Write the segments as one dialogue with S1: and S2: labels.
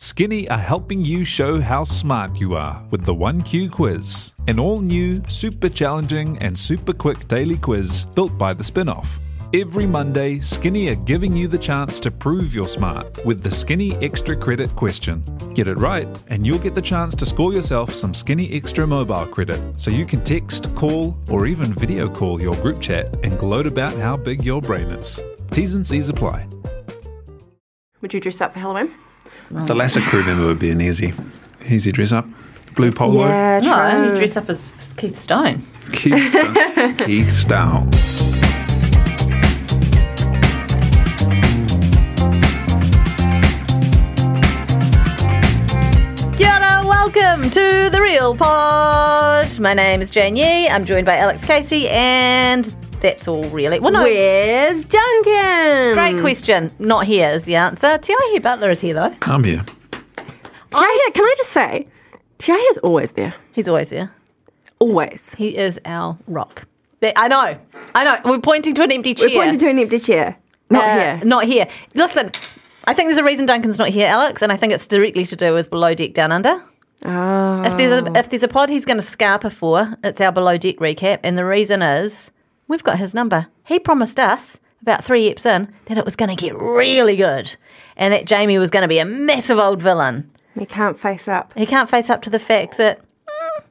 S1: Skinny are helping you show how smart you are with the 1Q quiz, an all new, super challenging, and super quick daily quiz built by the spinoff. Every Monday, Skinny are giving you the chance to prove you're smart with the Skinny Extra Credit question. Get it right, and you'll get the chance to score yourself some Skinny Extra mobile credit so you can text, call, or even video call your group chat and gloat about how big your brain is. T's and C's apply.
S2: Would you dress up for Halloween?
S1: The latter crew member would be an easy, easy dress up. Blue polo.
S3: No, you dress up as Keith Stone.
S1: Keith Stone. Keith Stone.
S3: Kia ora, welcome to The Real Pod. My name is Jane Yee. I'm joined by Alex Casey, and that's all really. Well, mm. no,
S2: Where's Duncan?
S3: great question. Not here is the answer. Tiahi Butler is here, though.
S1: I'm here.
S2: Tiahia, can I just say, Tiahia's always there.
S3: He's always there.
S2: Always.
S3: He is our rock. There- I know. I know. We're pointing to an empty chair.
S2: We pointed to an empty chair. Not
S3: Uh,
S2: here.
S3: Not here. Listen, I think there's a reason Duncan's not here, Alex, and I think it's directly to do with Below Deck Down Under.
S2: Oh.
S3: If there's a if there's a pod he's going to scarper for, it's our below deck recap, and the reason is we've got his number. He promised us about three eps in that it was going to get really good, and that Jamie was going to be a massive old villain.
S2: He can't face up.
S3: He can't face up to the fact that mm,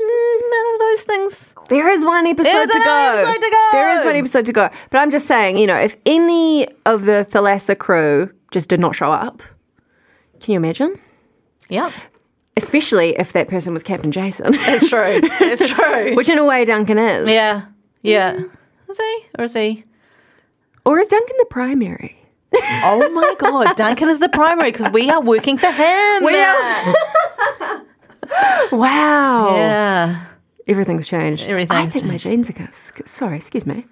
S3: mm, none of those things.
S2: There is one episode
S3: There's
S2: to go.
S3: another episode to go.
S2: There is one episode to go. But I'm just saying, you know, if any of the Thalassa crew just did not show up, can you imagine?
S3: Yep,
S2: Especially if that person was Captain Jason,
S3: it's true. It's true.
S2: which in a way Duncan is.
S3: yeah, yeah. Is he or is he?
S2: Or is Duncan the primary?
S3: Oh my God, Duncan is the primary because we are working for him.
S2: We are-
S3: Oh.
S2: Wow.
S3: Yeah.
S2: Everything's changed.
S3: Everything's
S2: I think my jeans are going. Sorry, excuse me.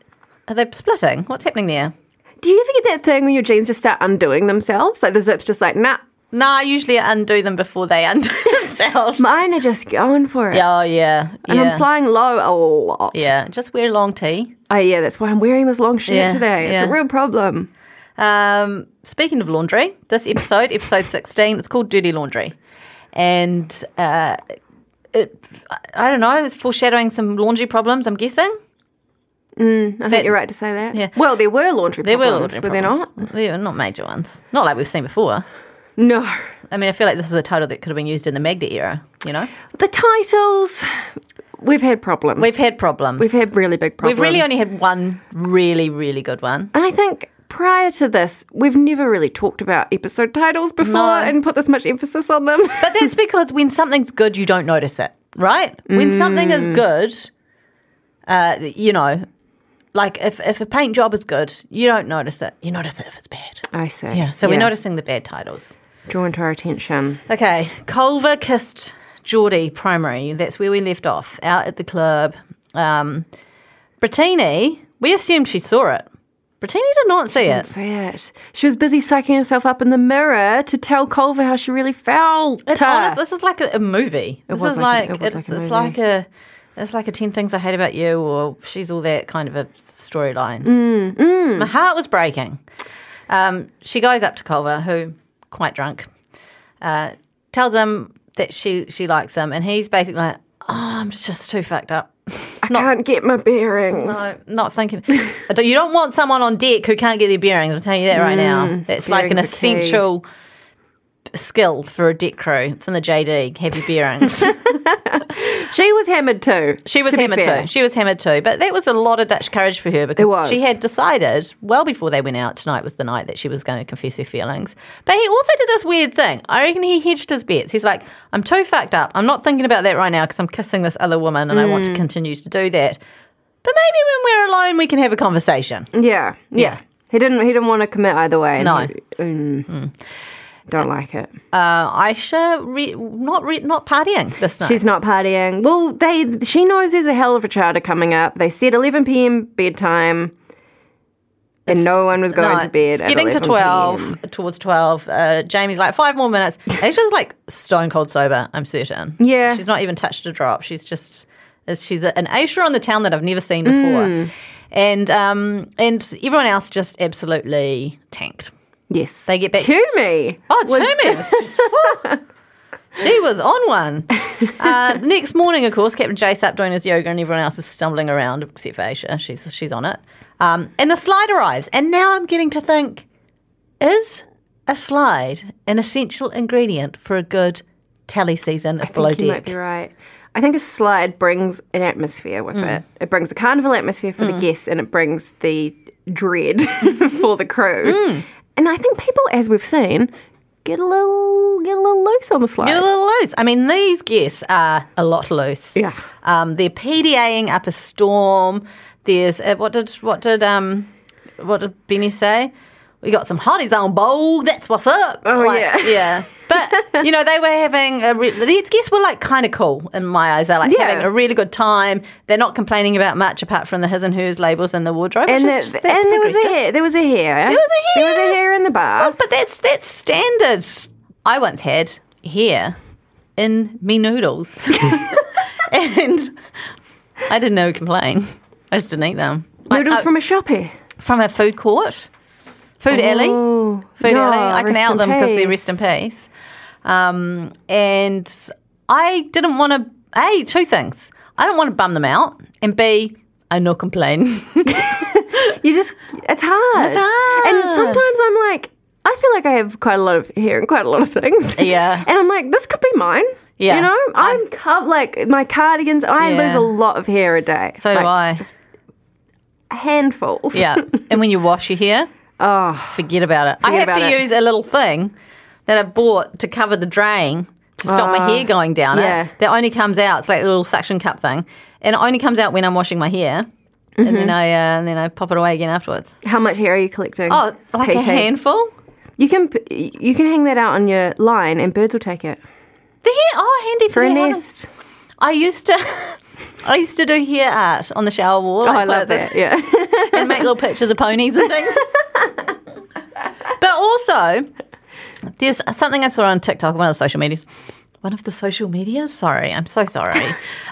S3: Are they splitting? What's happening there?
S2: Do you ever get that thing when your jeans just start undoing themselves? Like the zip's just like, nah,
S3: No, I usually undo them before they undo themselves.
S2: mine are just going for it.
S3: Yeah, oh, yeah.
S2: And
S3: yeah.
S2: I'm flying low a lot.
S3: Yeah, just wear a long tee.
S2: Oh, yeah, that's why I'm wearing this long shirt
S3: Yeah,
S2: today. It's
S3: yeah.
S2: a real problem.
S3: Um, speaking of laundry, this episode, episode 16, it's called Dirty Laundry. And uh, it, I- I don't know, it's foreshadowing some laundry problems, I'm guessing.
S2: I think
S3: That-
S2: you're right to say that.
S3: yeah.
S2: Well, there were laundry
S3: There were
S2: problems,
S3: laundry
S2: were there not?
S3: problems. There were not major ones. Not like we've seen before.
S2: No.
S3: I mean, I feel like this is a title that could have been used in the Magda era, you know?
S2: The titles, we've had problems.
S3: We've had problems.
S2: We've had really big problems.
S3: We've really only had one really, really good one.
S2: And I think prior to this, we've never really talked about episode titles before
S3: No.
S2: and put this much emphasis on them.
S3: But that's because when something's good, you don't notice it, right? When something is good, uh, you know, like if, if a paint job is good, you don't notice it. You notice it if it's bad.
S2: I see.
S3: Yeah, so we're noticing the bad titles.
S2: Drawn to our attention.
S3: Okay, Culver kissed Geordie primary. That's where we left off, out at the club. Um, Brittini, we assumed she saw it. Brittini did not see it.
S2: That's it. She was busy psyching herself up in the mirror to tell Culver how she really felt.
S3: It's
S2: her.
S3: honest. This is like a, a movie. This
S2: was
S3: is
S2: like
S3: like,
S2: a- it was like
S3: it's,
S2: a
S3: it's
S2: movie.
S3: like a it's like a ten things I hate about you or she's all that kind of a storyline.
S2: Mm,
S3: My heart was breaking. Um, she goes up to Culver, who quite drunk, uh, tells him that she she likes him, and he's basically like, "Oh, I'm just too fucked up."
S2: I can't get my bearings.
S3: No, Uh, not thinking. I don't- you don't want someone on deck who can't get their bearings. I'll tell you that right now. That's like an
S2: bearings are Mm. key.
S3: essential skill for a deck crew. It's in the JD. Have your bearings.
S2: She was hammered too.
S3: she was
S2: to be
S3: hammered
S2: fair.
S3: too. She was hammered too. But that was a lot of Dutch courage for her because
S2: was.
S3: she had decided well before they went out tonight was the night that she was going to confess her feelings. But he also did this weird thing. I reckon he hedged his bets. He's like, I'm too fucked up. I'm not thinking about that right now because I'm kissing this other woman and I want
S2: Mm.
S3: to continue to do that. But maybe when we're alone, we can have a conversation.
S2: Yeah, yeah. He didn't. He didn't want to commit either way. and
S3: No.
S2: he- mm. Don't like it.
S3: Uh, Aisha, re- not re- not partying this night.
S2: She's not partying. Well, they she knows there's a hell of a charter coming up. They said 11 p.m. bedtime, and no one was going
S3: No,
S2: to bed.
S3: it's
S2: at
S3: getting to
S2: 11
S3: 12,
S2: p.m..
S3: towards 12. Uh, Jamie's like, five more minutes. Aisha's like stone cold sober, I'm certain.
S2: Yeah.
S3: She's not even touched a drop. She's just, is- she's an Aisha on the town that I've never seen before.
S2: Mm.
S3: And, um, and everyone else just absolutely tanked.
S2: Yes,
S3: They get back-
S2: to me.
S3: Oh,
S2: was-
S3: Toomey. she was on one. Uh, next morning, of course, Captain Jace up doing his yoga, and everyone else is stumbling around except for Aisha. She's she's on it. Um, and the slide arrives, and now I'm getting to think: Is a slide an essential ingredient for a good tally season of below
S2: I think you might
S3: deck?
S2: be right. I think a slide brings an atmosphere with
S3: Mm.
S2: it. It brings the carnival atmosphere for the guests and it brings the dread for the crew.
S3: Mm.
S2: And I think people, as we've seen, get a little get a little loose on the slide.
S3: Get a little loose. I mean, these guests are a lot loose.
S2: Yeah.
S3: Um, they're PDAing up a storm. There's uh, what did what did um what did Benny say? We got some hotties on bold. That's what's up. Oh
S2: yeah.
S3: yeah. But you know they were having a re- these guests were like kind of cool in my eyes. They're like
S2: Yeah.
S3: having a really good time. They're not complaining about much apart from the his and hers labels in the wardrobe.
S2: and
S3: which
S2: the-
S3: is just- that's
S2: and there was a
S3: progressive.
S2: hair. There was a hair.
S3: There was a
S2: There was a
S3: hair. Oh,
S2: hair in the bath.
S3: But that's that's standard. I once had hair in me noodles, and I didn't know complain. I just didn't eat them. Like,
S2: Noodles
S3: uh,
S2: from a shoppy.
S3: from a food court, food alley,
S2: Oh,
S3: food
S2: yeah,
S3: alley. I can
S2: rest in
S3: out them because they
S2: peace.
S3: rest in peace. Um, and I didn't want to. A two things. I don't want to bum them out, and B I no complain.
S2: You just, it's hard.
S3: It's hard.
S2: And sometimes I'm like, I feel like I have quite a lot of hair and quite a lot of things.
S3: Yeah.
S2: And I'm like, this could be mine.
S3: Yeah.
S2: You know, I'm co- like, my cardigans, I
S3: Yeah.
S2: lose a lot of hair a day.
S3: So do
S2: Like,
S3: I.
S2: Just handfuls.
S3: Yeah. And when you wash your hair, oh, forget about it. I
S2: Forget
S3: have
S2: about
S3: to
S2: it.
S3: use a little thing that I bought to cover the drain to stop my
S2: Ah,
S3: hair going down
S2: yeah.
S3: it. That only comes out. It's like a little suction cup thing, and it only comes out when I'm washing my hair.
S2: Mm-hmm.
S3: And then I uh, and then I pop it away again afterwards.
S2: How much hair are you collecting?
S3: Oh, like a
S2: PK?
S3: handful.
S2: You can p- you can hang that out on your line and birds will take it
S3: The hair. Oh, handy for,
S2: for a
S3: hair ornament.
S2: nest.
S3: I used to. I used to do hair art on the shower wall.
S2: Oh,
S3: Like,
S2: I
S3: put
S2: love
S3: this-
S2: that. Yeah.
S3: and make little pictures of ponies and things. but also, there's something I saw on TikTok, one of the social medias. One of the social medias? Sorry, I'm so sorry.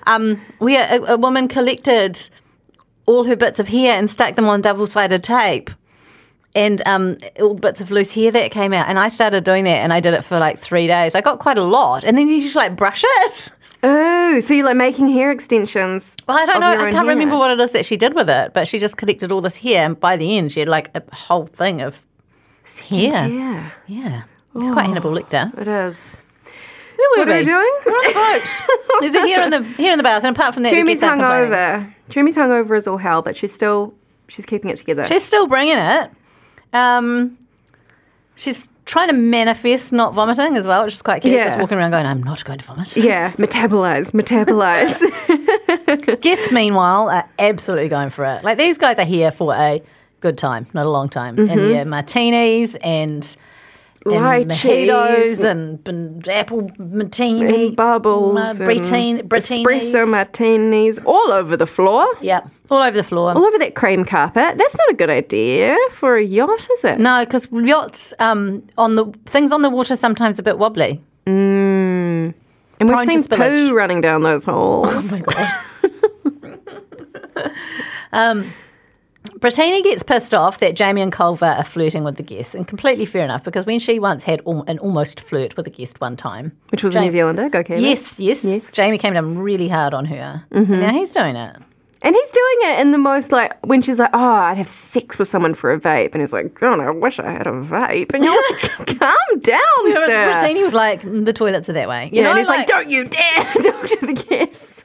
S3: um, where a, a woman collected all her bits of hair and stuck them on double sided tape. And um, all the bits of loose hair that came out, and I started doing that, and I did it for like three days. I got quite a lot, and then you just like brush it.
S2: oh, so you're like making hair extensions.
S3: Well, I don't
S2: of
S3: know.
S2: your
S3: I
S2: own
S3: can't
S2: hair.
S3: remember what it is that she did with it, but she just collected all this hair, and by the end, she had like a whole thing of hair.
S2: Yeah,
S3: Yeah, it's quite Hannibal Lecter.
S2: it is.
S3: Where
S2: Oh. What
S3: were
S2: are we doing?
S3: We're on the boat. There's a hair in the hair in the bath, and apart from that, the
S2: Tumi's
S3: guests aren't complaining.
S2: hungover. Tumi's hungover is all hell, but she's still she's keeping it together.
S3: She's still bringing it. Um, she's trying to manifest not vomiting as well, which is quite cute.
S2: Yeah.
S3: Just walking around going, "I'm not going to vomit."
S2: yeah, metabolize, metabolize.
S3: Guests, meanwhile, are absolutely going for it. Like these guys are here for a good time, not a long time. And
S2: Mm-hmm.
S3: they're martinis and, and
S2: Lychees.
S3: mojitos and, and apple martini
S2: and bubbles,
S3: uh, Britin-
S2: and
S3: Britinis.
S2: espresso martinis, all over the floor,
S3: Yeah, all over the floor.
S2: all over that cream carpet. That's not a good idea for a yacht, is it?
S3: No, because yachts um, on the things on the water sometimes a bit wobbly.
S2: and we've
S3: prone to
S2: seen
S3: spillage.
S2: poo running down those holes.
S3: Brittany gets pissed off that Jamie and Culver are flirting with the guests, and completely fair enough because when she once had al- an almost flirt with a guest one time,
S2: Which was a
S3: Jane-
S2: New Zealander, go Kiwi.
S3: Yes, yes, Jamie came down really hard on her.
S2: Mm-hmm.
S3: And now he's doing it.
S2: And he's doing it in the most like when she's like, "Oh, I'd have sex with someone for a vape," and he's like, "God, I wish I had a vape." And you're like, "Calm down,
S3: Whereas
S2: sir."
S3: Christine was like, "Mm, the toilets are that way.
S2: yeah,
S3: You know,
S2: and he's like, "Don't you dare talk to the guests."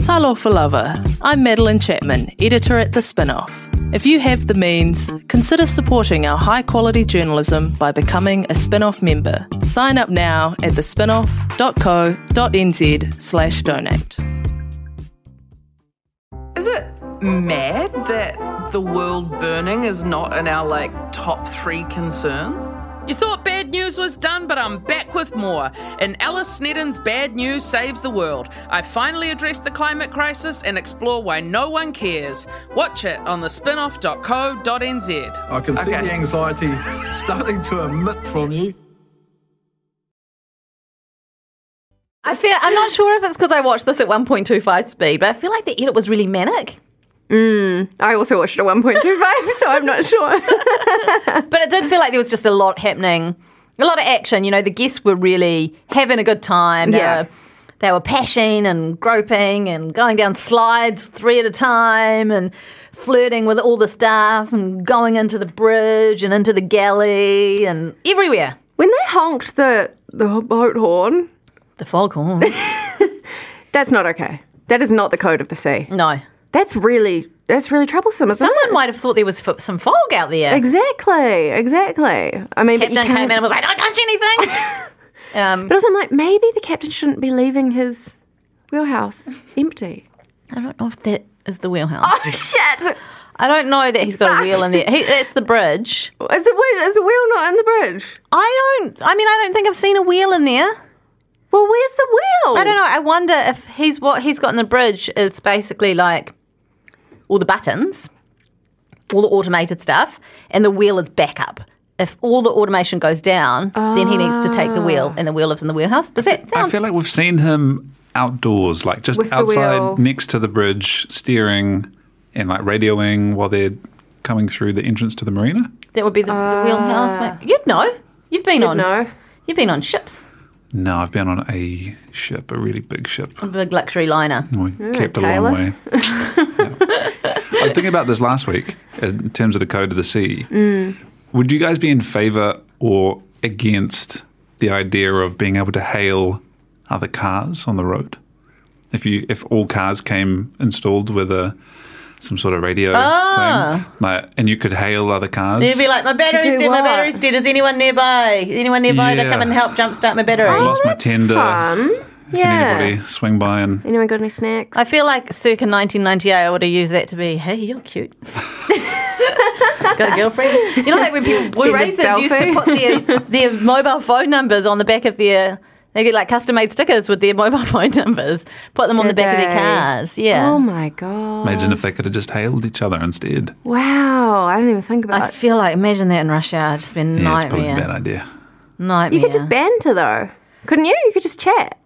S4: Talo for Lover. I'm Madeline Chapman, editor at The Spinoff. If you have the means, consider supporting our high quality journalism by becoming a Spinoff member. Sign up now at thespinoff.co.nz slash donate.
S5: Is it mad that the world burning is not in our like top three concerns? You thought bad news was done, but I'm back with more. In Alice Sneddon's Bad News Saves the World, I finally address the climate crisis and explore why no one cares. Watch it on the spinoff.co.nz.
S6: I can see
S5: Okay.
S6: the anxiety starting to emit from you.
S7: I feel I'm not sure if it's because I watched this at 1.25 speed, but I feel like the edit was really manic.
S2: I also watched it at 1.25, so I'm not sure.
S7: But it did feel like there was just a lot happening, a lot of action. You know, the guests were really having a good time. They
S2: Yeah.
S7: Were, they were pashing and groping and going down slides three at a time and flirting with all the staff and going into the bridge and into the galley and everywhere.
S2: when they honked the, the boat horn,
S7: The foghorn.
S2: that's not okay. That is not the code of the sea.
S7: no.
S2: That's really that's really troublesome, isn't
S7: Someone
S2: it?
S7: might have thought there was f- some fog out there.
S2: Exactly, exactly. I mean, but you
S7: Captain came in
S2: can't-
S7: and was like, don't touch anything. um,
S2: But also, I'm like, maybe the captain shouldn't be leaving his wheelhouse empty.
S7: I don't know if that is the wheelhouse.
S2: Oh shit!
S7: I don't know that he's got a wheel in there. He, that's the bridge.
S2: Is the wheel, is the wheel not in the bridge?
S7: I don't. I mean, I don't think I've seen a wheel in there.
S2: Well, where's the wheel?
S7: I don't know. I wonder if he's what he's got in the bridge is basically like all the buttons, all the automated stuff, and the wheel is backup. If all the automation goes down, then he needs to take the wheel, and the wheel lives in the wheelhouse. Does that
S1: I
S7: sound?
S1: feel like we've seen him outdoors, like just
S2: With the wheel.
S1: outside next to the bridge, steering and like radioing while they're coming through the entrance to the marina.
S7: that would be the, the wheelhouse. mate. Uh, You'd know. You've been on.
S2: know.
S7: You've been on ships,
S1: No, I've been on a ship, a really big ship.
S7: a big luxury liner.
S1: We kept a
S2: Taylor.
S1: long way. Yeah. I was thinking about this last week as- in terms of the code of the sea.
S7: Hmm.
S1: Would you guys be in favour or against the idea of being able to hail other cars on the road? If you if all cars came installed with a some sort of radio thing, like, and you could hail other cars.
S7: Ah. They'd be like, my
S2: To do
S7: battery's dead, my
S2: what?
S7: battery's dead. Is anyone nearby? Is anyone nearby to
S1: Yeah.
S7: come and help jumpstart my battery?
S1: I lost my tender.
S2: Oh, Fun.
S1: Can
S2: Yeah.
S1: anybody swing by and
S2: Anyone got any snacks?
S7: I feel like circa 1998, I would have used that to be, hey, you're cute. Got a girlfriend? You know, like when people,
S2: Send
S7: blue
S2: a
S7: racers used to
S2: selfie.
S7: put their, their mobile phone numbers on the back of their, they get like custom made stickers with their mobile phone numbers, put them on the
S2: Did
S7: back of their
S2: they?
S7: cars. Yeah.
S2: oh my god!
S1: imagine if they could have just hailed each other instead?
S2: Wow, I didn't even think about.
S7: I
S2: it.
S7: feel like, imagine that in Russia. hour. It's just been
S1: Yeah, it's probably a bad
S7: nightmare.
S1: idea.
S7: Nightmare.
S2: You could just banter though, couldn't you? You could just chat.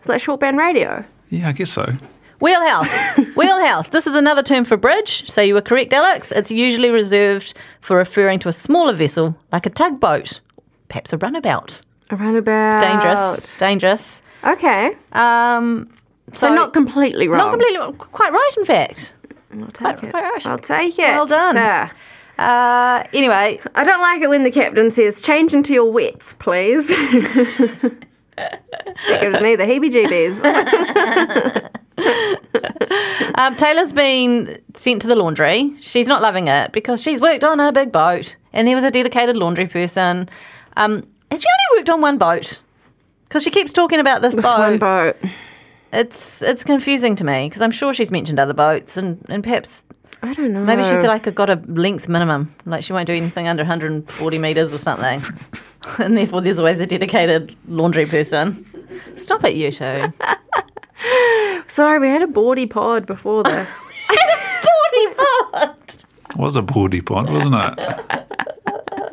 S2: It's like shortband radio.
S1: Yeah, I guess so.
S7: Wheelhouse. Wheelhouse. This is another term for bridge. So you were correct, Alex. It's usually reserved for referring to a smaller vessel like a tugboat, perhaps a runabout.
S2: A roundabout.
S7: Dangerous. Dangerous.
S2: Okay,
S7: Um,
S2: so, not completely wrong.
S7: Not completely. Quite right, in fact.
S2: I'll take it.
S7: quite right.
S2: I'll take it.
S7: Well done.
S2: Yeah.
S7: Uh, anyway,
S2: I don't like it when the captain says, change into your wets, please. that gives me the heebie jeebies.
S7: um, Taylor's been sent to the laundry. She's not loving it because she's worked on a big boat, and there was a dedicated laundry person. Um, and she only worked on one boat because she keeps talking about this, boat.
S2: boat.
S7: It's it's confusing to me because I'm sure she's mentioned other boats and, and perhaps
S2: I don't know.
S7: maybe she's like got a length minimum, like she won't do anything under 140 meters or something, and therefore there's always a dedicated laundry person. Stop it, you two.
S2: Sorry, we had a boardy pod before this.
S7: Body part.
S1: It was a bawdy pod, wasn't it?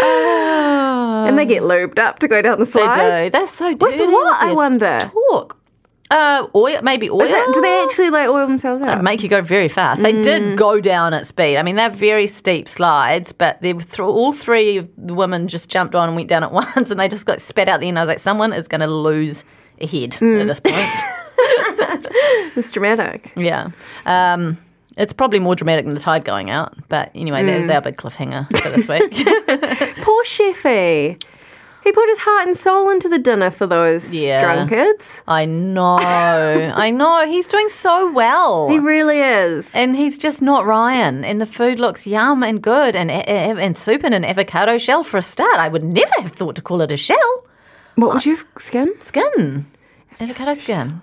S2: and they get lubed up to go down the
S7: Um, They
S2: slide.
S7: do. They're so
S2: With
S7: dirty.
S2: what, I
S7: their
S2: wonder?
S7: Talk. Uh, oil, maybe oil.
S2: Is that, do they actually Mm. like oil themselves up?
S7: make you go very fast. They did go down at speed. I mean, they're very steep slides, but they were thro- all three of the women just jumped on and went down at once, and they just got spat out there. And I was like, someone is going to lose
S2: Mm.
S7: a head at this point. Mm.
S2: It's dramatic.
S7: yeah. Um, It's probably more dramatic than the tide going out. But anyway, that
S2: Mm.
S7: is our big cliffhanger for this week.
S2: Poor Sheffy. He put his heart and soul into the dinner for those
S7: Yeah.
S2: drunkards.
S7: I know. I know. He's doing so well.
S2: He really is.
S7: and he's just not Ryan. And the food looks yum and good, and e-, and soup and an avocado shell for a start. I would never have thought to call it a shell.
S2: What would you have, skin?
S7: Skin, avocado skin.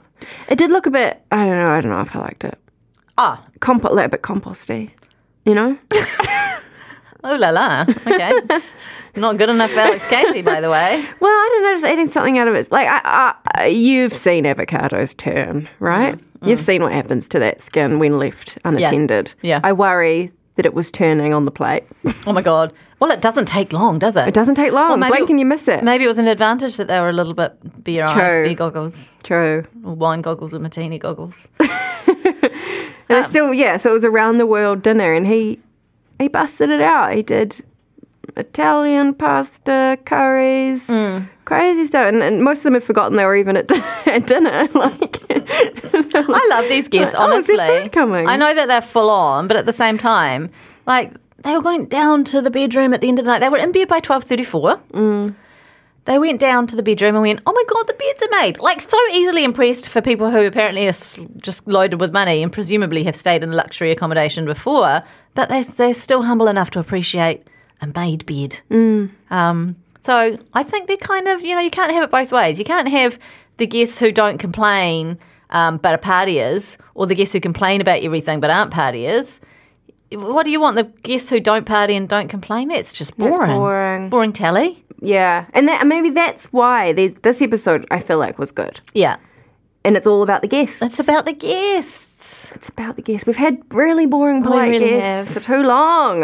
S2: It did look a bit. I don't know. I don't know if I liked it.
S7: Ah,
S2: Compo- like a bit composty. You know.
S7: oh la la. Okay, not good enough, for Alex Casey. By the way,
S2: Well, I don't know. Just eating something out of it. Like I, I, you've seen avocados turn, right?
S7: Mm.
S2: You've seen what happens to that skin when left unattended.
S7: Yeah.
S2: I worry that it was turning on the plate.
S7: oh my god. Well, it doesn't take long, does it?
S2: It doesn't take long.
S7: maybe-
S2: Blink and you miss it.
S7: Maybe it was an advantage that they were a little bit beer eyes,
S2: True.
S7: beer goggles,
S2: True.
S7: or wine goggles, or martini goggles.
S2: And
S7: Um,
S2: it's still, yeah. So it was around the world dinner, and he he busted it out. He did Italian pasta, curries,
S7: Mm.
S2: crazy stuff, and, and most of them had forgotten they were even at, at dinner. Like,
S7: I love these guests,
S2: Like, oh, is
S7: honestly.
S2: there food coming?
S7: I know that they're full on, but at the same time, like they were going down to the bedroom at the end of the night. They were in bed by twelve thirty four.
S2: Mm.
S7: They went down to the bedroom and went, "Oh my god, the beds are made!" Like so easily impressed for people who apparently are s- just loaded with money and presumably have stayed in luxury accommodation before, but they they're still humble enough to appreciate a made bed. Um, so I think they're kind of, you know, you can't have it both ways. You can't have the guests who don't complain um, but are partiers, or the guests who complain about everything but aren't partiers. What do you want? The guests who don't party and don't complain? That's just boring.
S2: boring.
S7: Boring tally.
S2: yeah, and that maybe that's why the, this episode I feel like was good,
S7: Yeah.
S2: and it's all about the guests.
S7: It's about the guests.
S2: It's about the guests. We've had really boring
S7: We
S2: polite
S7: really
S2: guests
S7: have.
S2: for too long.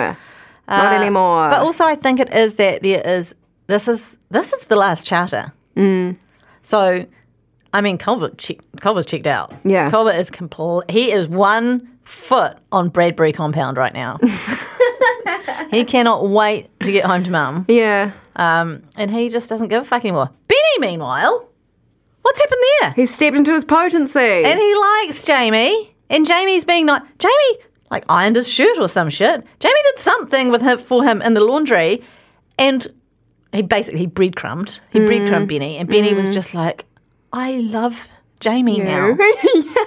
S2: Uh, Not anymore.
S7: But also, I think it is that there is this is this is the last charter. Mm. So, I mean, Culver che- Culver's checked out.
S2: Yeah.
S7: Culver is complete. He is one foot on Bradbury compound right now. he cannot wait to get home to mum,
S2: yeah,
S7: um, and he just doesn't give a fuck anymore. Benny, meanwhile, what's happened there?
S2: he stepped into his potency.
S7: And he likes Jamie. And Jamie's being like, Jamie, like, ironed his shirt or some shit. Jamie did something with him for him in the laundry. And he basically he breadcrumbed. He
S2: Mm.
S7: breadcrumbed Benny. And Benny was just like, I love Jamie now.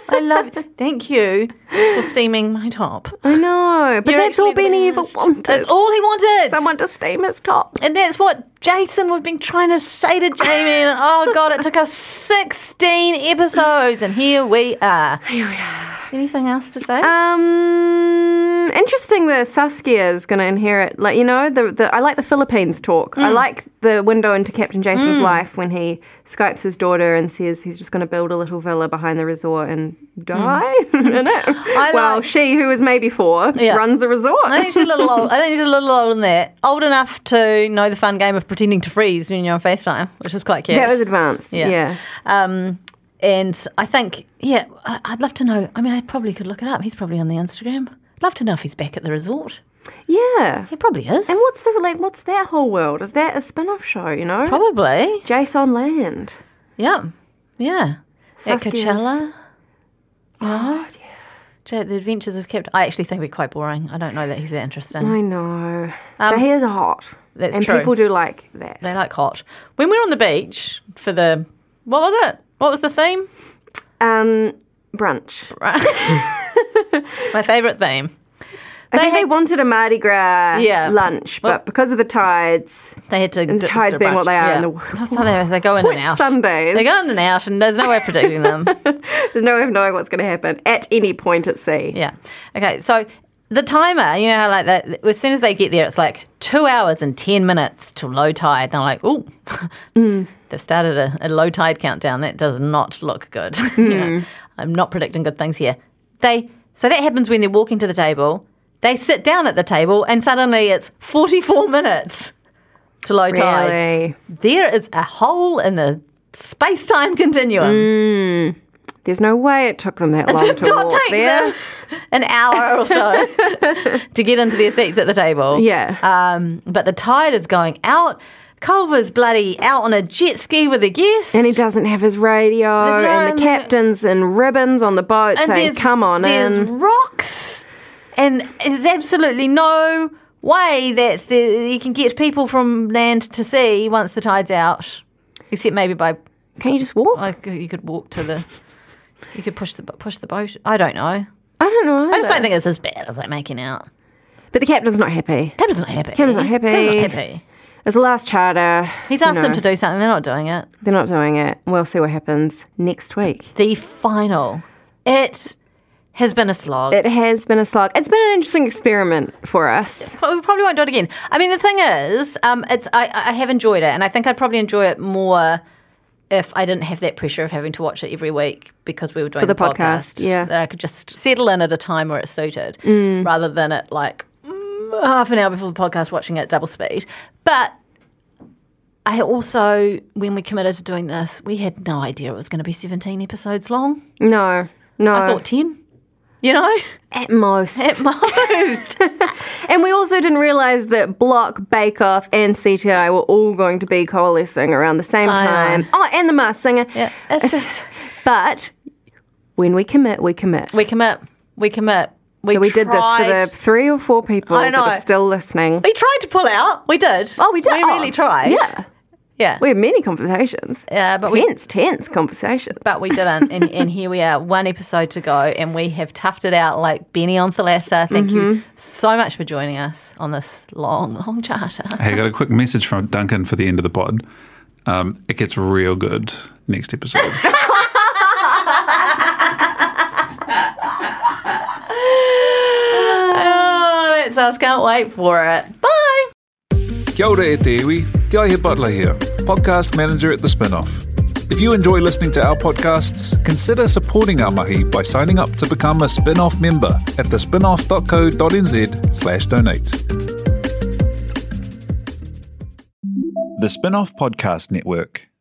S7: I love, thank you for steaming my top.
S2: I know, but
S7: You're
S2: that's all
S7: actually the
S2: Benny ever
S7: best.
S2: wanted.
S7: That's all he wanted.
S2: Someone to steam his top.
S7: And that's what Jason was been trying to say to Jamie. And oh god, it took us sixteen episodes, and here we are. Here we are. Anything else to say?
S2: Um, interesting that Saskia is going to inherit. Like you know, the, the I like the Philippines talk.
S7: Mm.
S2: I like the window into Captain Jason's life when he skypes his daughter and says he's just going to build a little villa behind the resort and die in it. Well,
S7: Mm. like-
S2: she who is maybe four
S7: Yeah.
S2: runs the resort.
S7: I think she's a little old. I think she's a little older than that. Old enough to know the fun game of pretending to freeze when you're on FaceTime, which is quite cute.
S2: That was advanced.
S7: Yeah.
S2: Yeah.
S7: Um, and I think, yeah, I- I'd love to know. I mean, I probably could look it up. He's probably on the Instagram. Love to know if he's back at the resort.
S2: Yeah.
S7: He probably is.
S2: And what's the like what's that whole world? Is that a spin-off show, you know?
S7: Probably.
S2: Jason Land.
S7: Yeah. Yeah.
S2: Saskia's-
S7: At Coachella. Oh, yeah. Ja- The Adventures of Captain. I actually think we're quite boring. I don't know that he's that interesting.
S2: I know. but he is hot.
S7: Um, that's
S2: and
S7: true.
S2: people do like that.
S7: They like hot. When we were on the beach for the. What was it? What was the theme?
S2: Um brunch.
S7: My favourite theme.
S2: I think they wanted a Mardi Gras
S7: Yeah.
S2: lunch, but because of the tides,
S7: They had to.
S2: And
S7: d-
S2: tides
S7: d-
S2: being
S7: brunch.
S2: what they are in the world.
S7: That's how they, they go in
S2: Which
S7: and out.
S2: Sundays?
S7: They go in and out, and there's no way of predicting them.
S2: there's no way of knowing what's going to happen at any point at sea.
S7: Yeah. Okay. So the timer, you know how like that. As soon as they get there, it's like two hours and ten minutes till low tide, and I'm like, oh, they've started a, a low tide countdown. That does not look good. you know, I'm not predicting good things here. They so that happens when they're walking to the table. They sit down at the table, and suddenly it's 44 minutes to low tide
S2: Really.
S7: there is a hole in the space time continuum.
S2: There's no way it took them that long
S7: Did
S2: to
S7: not
S2: walk
S7: take
S2: there.
S7: them an hour or so to get into their seats at the table.
S2: Yeah.
S7: Um, but the tide is going out. Culver's bloody out on a jet ski with a guest.
S2: And he doesn't have his radio,
S7: There's no-
S2: and the captain's in ribbons on the boat saying,
S7: there's-
S2: "Come on
S7: there's
S2: in."
S7: rocks. And there's absolutely no way that the, you can get people from land to sea once the tide's out, except maybe by
S2: Can't you just walk? I,
S7: like, you could walk to the, you could push the bo- push the boat. I don't know.
S2: don't know. Either.
S7: I just don't think it's as bad as they're making out.
S2: But the captain's not happy.
S7: Cam's not happy.
S2: Cam's not happy.
S7: Cam's not happy.
S2: It's the last charter.
S7: He's
S2: you
S7: asked them
S2: know,
S7: to do something. They're not doing it.
S2: They're not doing it. We'll see what happens next week.
S7: The final. It has been a slog.
S2: It has been a slog. It's been an interesting experiment for us.
S7: Well, we probably won't do it again. I mean, the thing is, um, it's I, I have enjoyed it, and I think I'd probably enjoy it more if I didn't have that pressure of having to watch it every week because we were doing
S2: the podcast, yeah.
S7: that I could just settle in at a time where it suited, rather than at like mm, half an hour before the podcast watching it at double speed. But I also, when we committed to doing this, we had no idea it was going to be seventeen episodes long.
S2: No, no.
S7: I thought ten. You know,
S2: at most.
S7: at most.
S2: and we also didn't realise that Block, Bake Off, and CTI were all going to be coalescing around the same
S7: I know.
S2: time. Oh, and The Masked Singer.
S7: Yeah, it's just-
S2: But when we commit, we commit.
S7: we commit. We commit. We
S2: so we did this for the
S7: tried-
S2: three or four people
S7: I
S2: that are
S7: know.
S2: still listening.
S7: We tried to pull out. We did.
S2: Oh, we did.
S7: We
S2: Oh,
S7: really tried.
S2: Yeah.
S7: Yeah.
S2: We had many conversations.
S7: Yeah, but we-
S2: tense, tense conversations.
S7: but we didn't. And, and here we are, one episode to go, and we have toughed it out like Benny on Thalassa. Thank you
S2: Mm-hmm.
S7: so much for joining us on this long, long charter.
S8: Hey, I got a quick message from Duncan for the end of the pod. Um, it gets real good next episode.
S7: Oh, that's us. Can't wait for it. Bye.
S1: Kia ora e te iwi, Te Aihe Butler here, podcast manager at The Spinoff. If you enjoy listening to our podcasts, consider supporting our mahi by signing up to become a spin-off member at thespinoff.co.nz slash donate. The Spinoff Podcast Network.